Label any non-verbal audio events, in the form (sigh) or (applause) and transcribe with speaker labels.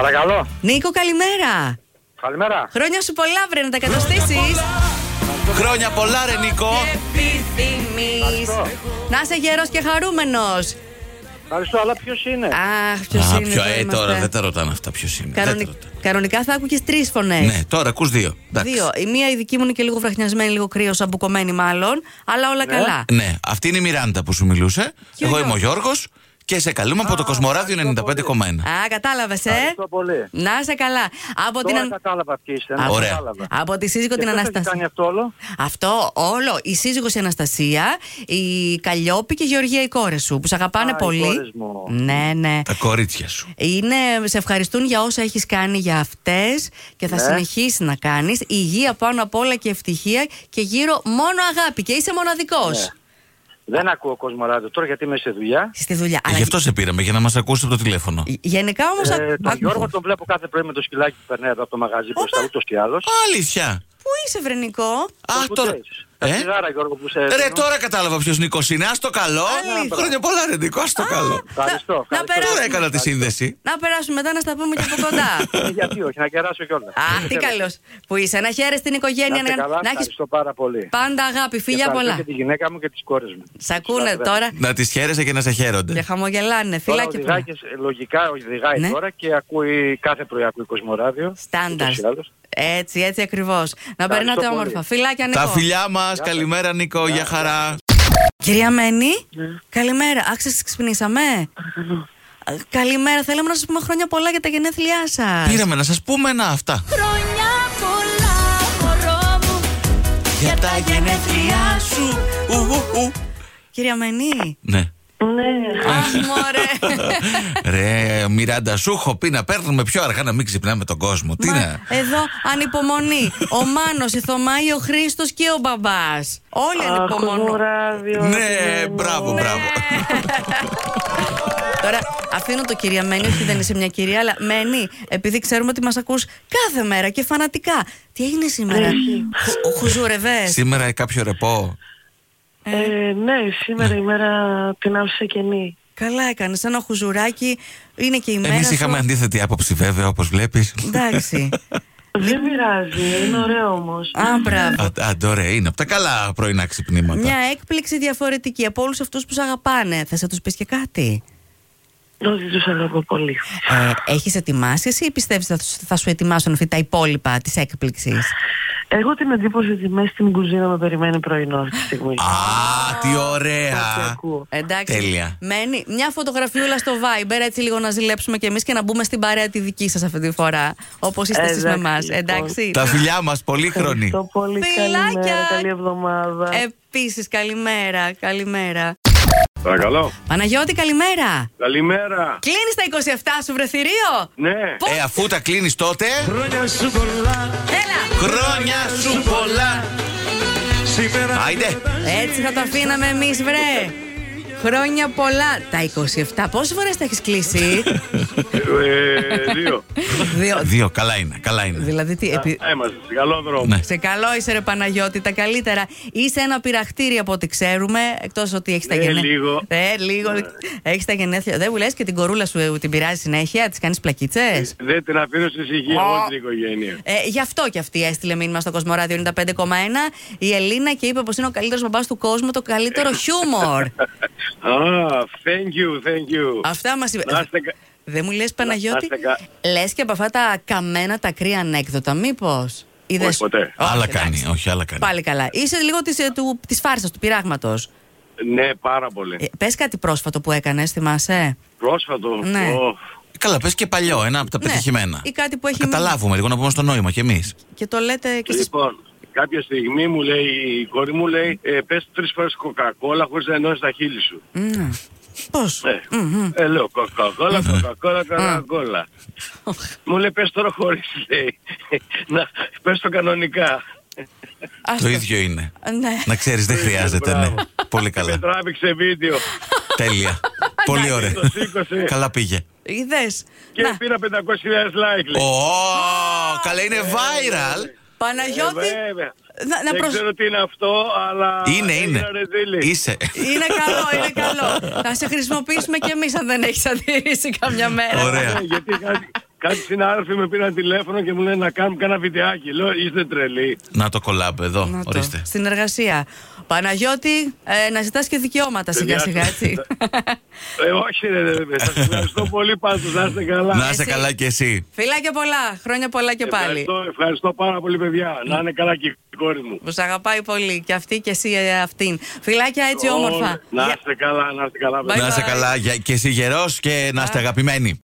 Speaker 1: Παρακαλώ.
Speaker 2: Νίκο, καλημέρα.
Speaker 1: Καλημέρα.
Speaker 2: Χρόνια σου πολλά, βρε να τα καταστήσεις.
Speaker 3: Χρόνια πολλά, ρε Νίκο.
Speaker 2: Επιθυμείς.
Speaker 1: Ευχαριστώ. Ε.
Speaker 2: Να είσαι γέρο και χαρούμενος.
Speaker 1: Ευχαριστώ, αλλά ποιος
Speaker 2: ε,
Speaker 1: είναι.
Speaker 2: Αχ, ποιος
Speaker 3: Α,
Speaker 2: είναι.
Speaker 3: ποιο,
Speaker 2: εδώ
Speaker 3: ε,
Speaker 2: είμαστε.
Speaker 3: τώρα δεν τα ρωτάνε αυτά ποιος είναι. Δεν
Speaker 2: Κανονι-
Speaker 3: τα ρωτάνε.
Speaker 2: Κανονικά θα άκουγες τρεις φωνές.
Speaker 3: Ναι, τώρα ακούς δύο. Εντάξει.
Speaker 2: Δύο. Η μία η δική μου είναι και λίγο βραχνιασμένη, λίγο κρύος, αμπουκωμένη μάλλον. Αλλά όλα καλά.
Speaker 3: Ναι, αυτή είναι η Μιράντα που σου μιλούσε.
Speaker 2: Και ο
Speaker 3: Εγώ είμαι ο
Speaker 2: Γιώργος.
Speaker 3: Γιώργος και σε καλούμε από το Κοσμοράδιο 95,1.
Speaker 2: Α, κατάλαβες, ε.
Speaker 1: Ευχαριστώ πολύ.
Speaker 2: Να είσαι καλά. Από την,
Speaker 1: Τώρα
Speaker 2: αν-
Speaker 1: κατάλαβα ποιοι είστε.
Speaker 2: Α,
Speaker 3: Ωραία.
Speaker 1: Κατάλαβα.
Speaker 2: από τη σύζυγο
Speaker 1: Και
Speaker 2: την
Speaker 1: ποιος έχει
Speaker 2: Αναστασία.
Speaker 1: κάνει αυτό όλο.
Speaker 2: Αυτό όλο. Η σύζυγος η Αναστασία, η Καλλιόπη και η Γεωργία οι κόρες σου που σε αγαπάνε
Speaker 1: Α, οι
Speaker 2: πολύ.
Speaker 1: κόρες μου.
Speaker 2: Ναι, ναι.
Speaker 3: Τα κορίτσια σου.
Speaker 2: Είναι, σε ευχαριστούν για όσα έχεις κάνει για αυτές και θα
Speaker 1: Ναι.
Speaker 2: συνεχίσεις να κάνεις. Υγεία πάνω απ' όλα και ευτυχία και γύρω μόνο αγάπη και είσαι μοναδικός.
Speaker 1: Ναι. Δεν ακούω κόσμο ράδιο τώρα γιατί είμαι σε δουλειά.
Speaker 2: Στη δουλειά.
Speaker 3: Ε,
Speaker 2: Αλλά
Speaker 3: Γι' αυτό σε πήραμε, για να μας ακούσει από το τηλέφωνο.
Speaker 2: γε- γενικά όμως...
Speaker 1: Ε,
Speaker 2: ακ-
Speaker 1: τον
Speaker 2: ακού-
Speaker 1: Γιώργο τον βλέπω κάθε πρωί με το σκυλάκι που περνάει εδώ από το μαγαζί μπροστά ούτως ή άλλως.
Speaker 3: Αλήθεια.
Speaker 2: Πού είσαι βρενικό?
Speaker 3: Α, τώρα.
Speaker 1: Ε?
Speaker 3: Ε?
Speaker 1: Σιγάρα, Γιώργο, που σε
Speaker 3: Ρε,
Speaker 1: έπαιρνα.
Speaker 3: τώρα κατάλαβα ποιος Νίκος είναι. Ας το καλό.
Speaker 2: Αλήθεια. ε,
Speaker 3: Χρόνια πολλά, ρε Νίκο, ας το καλό.
Speaker 1: Ευχαριστώ.
Speaker 2: Να- να
Speaker 1: ευχαριστώ.
Speaker 2: περάσουμε.
Speaker 3: Τώρα έκανα τη σύνδεση.
Speaker 2: Να περάσουμε μετά να στα πούμε και από
Speaker 1: (laughs)
Speaker 2: κοντά.
Speaker 1: Ε, Γιατί όχι, να κεράσω κιόλας.
Speaker 2: Αχ, τι καλός που είσαι. Να χαίρεσαι την
Speaker 1: Να
Speaker 2: οικογένεια,
Speaker 1: είστε καλά,
Speaker 2: να, να έχεις
Speaker 1: ευχαριστώ πάρα πολύ.
Speaker 2: πάντα αγάπη,
Speaker 1: Και
Speaker 2: φίλια
Speaker 1: ευχαριστώ
Speaker 2: πολλά.
Speaker 1: Και τη γυναίκα μου και τις κόρες μου.
Speaker 2: Σ' ακούνε
Speaker 1: Ευχαριστώ.
Speaker 2: τώρα
Speaker 3: Να τις χαίρεσαι και να σε
Speaker 2: και
Speaker 3: χαίρονται.
Speaker 2: χαμογελάνε.
Speaker 1: Τώρα
Speaker 2: Φιλάκια
Speaker 1: οδηγάει
Speaker 2: πολλά.
Speaker 1: και, σε- λογικά οδηγάει
Speaker 2: Ναι.
Speaker 1: τώρα και ακούει κάθε πρωί ακούει Κοσμοράδιο.
Speaker 2: Στάνταρ.
Speaker 1: Ούτως ή άλλως.
Speaker 2: Έτσι, έτσι ακριβώς. Να περνάτε
Speaker 1: πολύ.
Speaker 2: όμορφα. Φιλάκια, Νικό.
Speaker 3: Τα φιλιά μας, καλημέρα Νίκο, για χαρά.
Speaker 2: Κυρία Μένη,
Speaker 1: Ναι.
Speaker 2: καλημέρα. Άξιε, ξυπνήσαμε. Ε, Καλημέρα, θέλαμε να σας πούμε χρόνια πολλά για τα γενέθλιά σας.
Speaker 3: Πήραμε να σας πούμε να αυτά.
Speaker 4: Χρόνια πολλά, μωρό μου.
Speaker 3: Για τα γενέθλιά σου. Ου, ου, ου.
Speaker 2: Κυρία Μένη.
Speaker 3: Ναι.
Speaker 2: Αχ, μωρέ.
Speaker 3: (laughs) Ρε, Μιράντα, σου έχω πει να παίρνουμε πιο αργά να μην ξυπνάμε τον κόσμο. Τι
Speaker 2: Μα,
Speaker 3: να.
Speaker 2: Εδώ ανυπομονή. ο Μάνος, η Θωμάη, ο Χρήστος και ο μπαμπάς. Όλοι ανυπομονούν.
Speaker 3: Ναι, μπράβο, μπράβο.
Speaker 2: Τώρα αφήνω το κυρία Μένη, όχι δεν είσαι μια κυρία, αλλά Μένη, επειδή ξέρουμε ότι μας ακούς κάθε μέρα και φανατικά. Τι έγινε σήμερα, Χου- Χουζούρευε.
Speaker 3: Σήμερα κάποιο ρεπό.
Speaker 5: Ε, ναι, σήμερα η μέρα την άφησε κενή.
Speaker 2: Καλά έκανε. Ένα χουζουράκι είναι και η μέρα.
Speaker 3: Εμείς
Speaker 2: σου.
Speaker 3: είχαμε αντίθετη άποψη, βέβαια, όπως βλέπεις.
Speaker 2: Εντάξει.
Speaker 5: Δεν πειράζει, είναι ωραίο όμως.
Speaker 2: Α, μπράβο.
Speaker 3: Αντόρε, είναι από τα καλά πρωινά
Speaker 2: Μια
Speaker 3: ξυπνήματα.
Speaker 2: έκπληξη διαφορετική από όλους αυτούς που σε αγαπάνε. Θα σε τους πεις και κάτι.
Speaker 5: Ότι τους αγαπώ πολύ.
Speaker 2: Ε, Έχεις ετοιμάσει εσύ ή πιστεύεις ότι θα, σου- θα σου ετοιμάσουν αυτή τα υπόλοιπα της έκπληξης.
Speaker 5: Έχω την εντύπωση ότι μέσα στην κουζίνα με περιμένει πρωινό αυτή τη στιγμή.
Speaker 3: Α, τι
Speaker 5: Κάτι
Speaker 3: ωραία.
Speaker 5: ακούω.
Speaker 2: Εντάξει.
Speaker 3: Τέλεια.
Speaker 2: Μένει μια φωτογραφιούλα στο Viber, έτσι λίγο να ζηλέψουμε κι εμείς και να μπούμε στην παρέα τη δική σας αυτή τη φορά. Όπως είστε εσείς με
Speaker 5: Εντάξει,
Speaker 2: εμάς.
Speaker 5: λοιπόν.
Speaker 2: Εντάξει.
Speaker 3: Τα φιλιά μας, πολύχρονη.
Speaker 5: Ευχαριστώ πολύ.
Speaker 2: Φιλάκια. Ε,
Speaker 5: Καλημέρα, καλή εβδομάδα.
Speaker 2: Επίσης, καλημέρα. Καλημέρα.
Speaker 6: Παρακαλώ.
Speaker 2: Παναγιώτη, καλημέρα.
Speaker 6: Καλημέρα.
Speaker 2: Κλείνεις τα 27 σου, βρεθυρίο.
Speaker 6: Ναι.
Speaker 3: Ε, αφού τα κλείνεις τότε.
Speaker 2: Έλα.
Speaker 3: Χρόνια σου πολλά. Άιντε.
Speaker 2: Έτσι θα το αφήναμε εμείς, βρε. Χρόνια πολλά. Τα 27. Πόσες φορές τα έχεις
Speaker 3: (laughs)
Speaker 2: κλείσει,
Speaker 6: Ε, δύο.
Speaker 2: Δύο.
Speaker 3: Δύο, καλά είναι, καλά είναι.
Speaker 2: Δηλαδή, τι, επί-
Speaker 6: Α, Είμαστε σε καλό δρόμο.
Speaker 3: Ναι.
Speaker 2: Σε καλό είσαι ρε Παναγιώτη, τα καλύτερα. Είσαι ένα πειραχτήρι από ό,τι ξέρουμε, εκτός ότι έχεις τα
Speaker 6: Ναι,
Speaker 2: γενέθλια.
Speaker 6: λίγο. Ναι.
Speaker 2: Ε, λίγο. Έχεις τα γενέθλια. Δεν μου λες και την κορούλα σου ε, την πειράζει συνέχεια, της κάνεις πλακίτσες.
Speaker 6: Δεν την αφήνω στη ησυχία εγώ την οικογένεια.
Speaker 2: Ε, γι' αυτό και αυτή έστειλε μήνυμα στο Κοσμοράδιο 95,1 η Ελίνα και είπε πως είναι ο καλύτερος μπαμπάς του κόσμου, το καλύτερο
Speaker 6: Ε.
Speaker 2: χιούμορ.
Speaker 6: (laughs) Α, thank you, thank you.
Speaker 2: Αυτά μας είπε.
Speaker 6: Να είστε κα-
Speaker 2: Δεν μου λες Παναγιώτη,
Speaker 6: να είστε κα-
Speaker 2: λες και από αυτά τα καμένα τα κρύα ανέκδοτα μήπως. Είδες-
Speaker 6: Όχι, ποτέ.
Speaker 3: Άλλα
Speaker 2: εντάξει.
Speaker 3: κάνει, όχι, άλλα κάνει.
Speaker 2: Πάλι καλά. Είσαι λίγο της, ε, του, της φάρσας, του πειράγματος.
Speaker 6: Ναι, πάρα πολύ.
Speaker 2: Ε, πες κάτι πρόσφατο που έκανες, θυμάσαι.
Speaker 6: Πρόσφατο.
Speaker 2: ναι.
Speaker 6: ω,
Speaker 3: Καλά, πες και παλιό, ένα από τα
Speaker 2: Ναι,
Speaker 3: πετυχημένα.
Speaker 2: ή κάτι που έχει
Speaker 3: Να Καταλάβουμε λίγο να πούμε στο νόημα κι εμείς.
Speaker 2: (laughs) Και το λέτε και στις...
Speaker 6: Λοιπόν, κάποια στιγμή μου λέει η κόρη μου λέει ε, πες τρεις φορές κοκακόλα χωρίς να ενώσεις τα χείλη σου.
Speaker 2: Μμμ. Πώς.
Speaker 6: Ναι. Ε, λέω κοκακόλα, κοκακόλα, κοκακόλα. Μου λέει πες τώρα χωρίς λέει. Να, πες το κανονικά.
Speaker 2: Άστο.
Speaker 3: Το ίδιο είναι.
Speaker 2: Ναι.
Speaker 3: Να ξέρεις, δεν χρειάζεται, ναι.
Speaker 6: Μπράβο.
Speaker 3: Πολύ
Speaker 6: Με
Speaker 3: καλά.
Speaker 6: τράβηξε βίντεο.
Speaker 3: Τέλεια. Πολύ ωραία.
Speaker 6: το σήκωσε.
Speaker 3: Καλά πήγε.
Speaker 2: Είδες.
Speaker 6: Και
Speaker 2: Να,
Speaker 6: πήρα 500.000 like. λέει.
Speaker 3: Ω, καλά είναι viral.
Speaker 2: Παναγιώτη,
Speaker 6: Ε, βέβαια.
Speaker 2: να, να
Speaker 6: Δεν
Speaker 2: προσ-
Speaker 6: ξέρω τι είναι αυτό, αλλά...
Speaker 3: Είναι, είναι.
Speaker 6: έγινα ρεζίλη.
Speaker 3: Είσαι.
Speaker 2: Είναι καλό, είναι καλό. Θα σε χρησιμοποιήσουμε κι εμείς αν δεν έχεις αντιρρήσει καμιά μέρα.
Speaker 3: Ωραία.
Speaker 6: Ναι, γιατί είχα, Κάποιοι συνάδελφοι με πήραν τηλέφωνο και μου λένε να κάνουμε κάνα βιντεάκι. Λέω, είστε τρελοί.
Speaker 3: Να το κολλάμπ εδώ,
Speaker 2: Να το.
Speaker 3: ορίστε.
Speaker 2: Στην εργασία. Παναγιώτη, ε, να ζητάς και δικαιώματα σιγά σιγά, έτσι.
Speaker 6: Ε, όχι, ρε, ρε, ρε. Σας ευχαριστώ πολύ πάντως. Να είστε καλά.
Speaker 3: Να είσαι
Speaker 2: Εσύ.
Speaker 3: καλά κι εσύ.
Speaker 2: (laughs) Φιλάκια πολλά, χρόνια πολλά και πάλι.
Speaker 6: Ευχαριστώ, ευχαριστώ πάρα πολύ, παιδιά. Να είναι καλά και οι κόρη μου.
Speaker 2: Που σ' αγαπάει πολύ και αυτή και εσύ ε, αυτήν. Φιλάκια έτσι όμορφα.
Speaker 6: Ω, Να
Speaker 2: Γεια.
Speaker 6: είστε καλά, να είστε καλά, παιδιά.
Speaker 2: Bye
Speaker 3: Να είσαι
Speaker 2: bye.
Speaker 3: καλά γεια- και εσύ γερός και να είστε αγαπημένοι.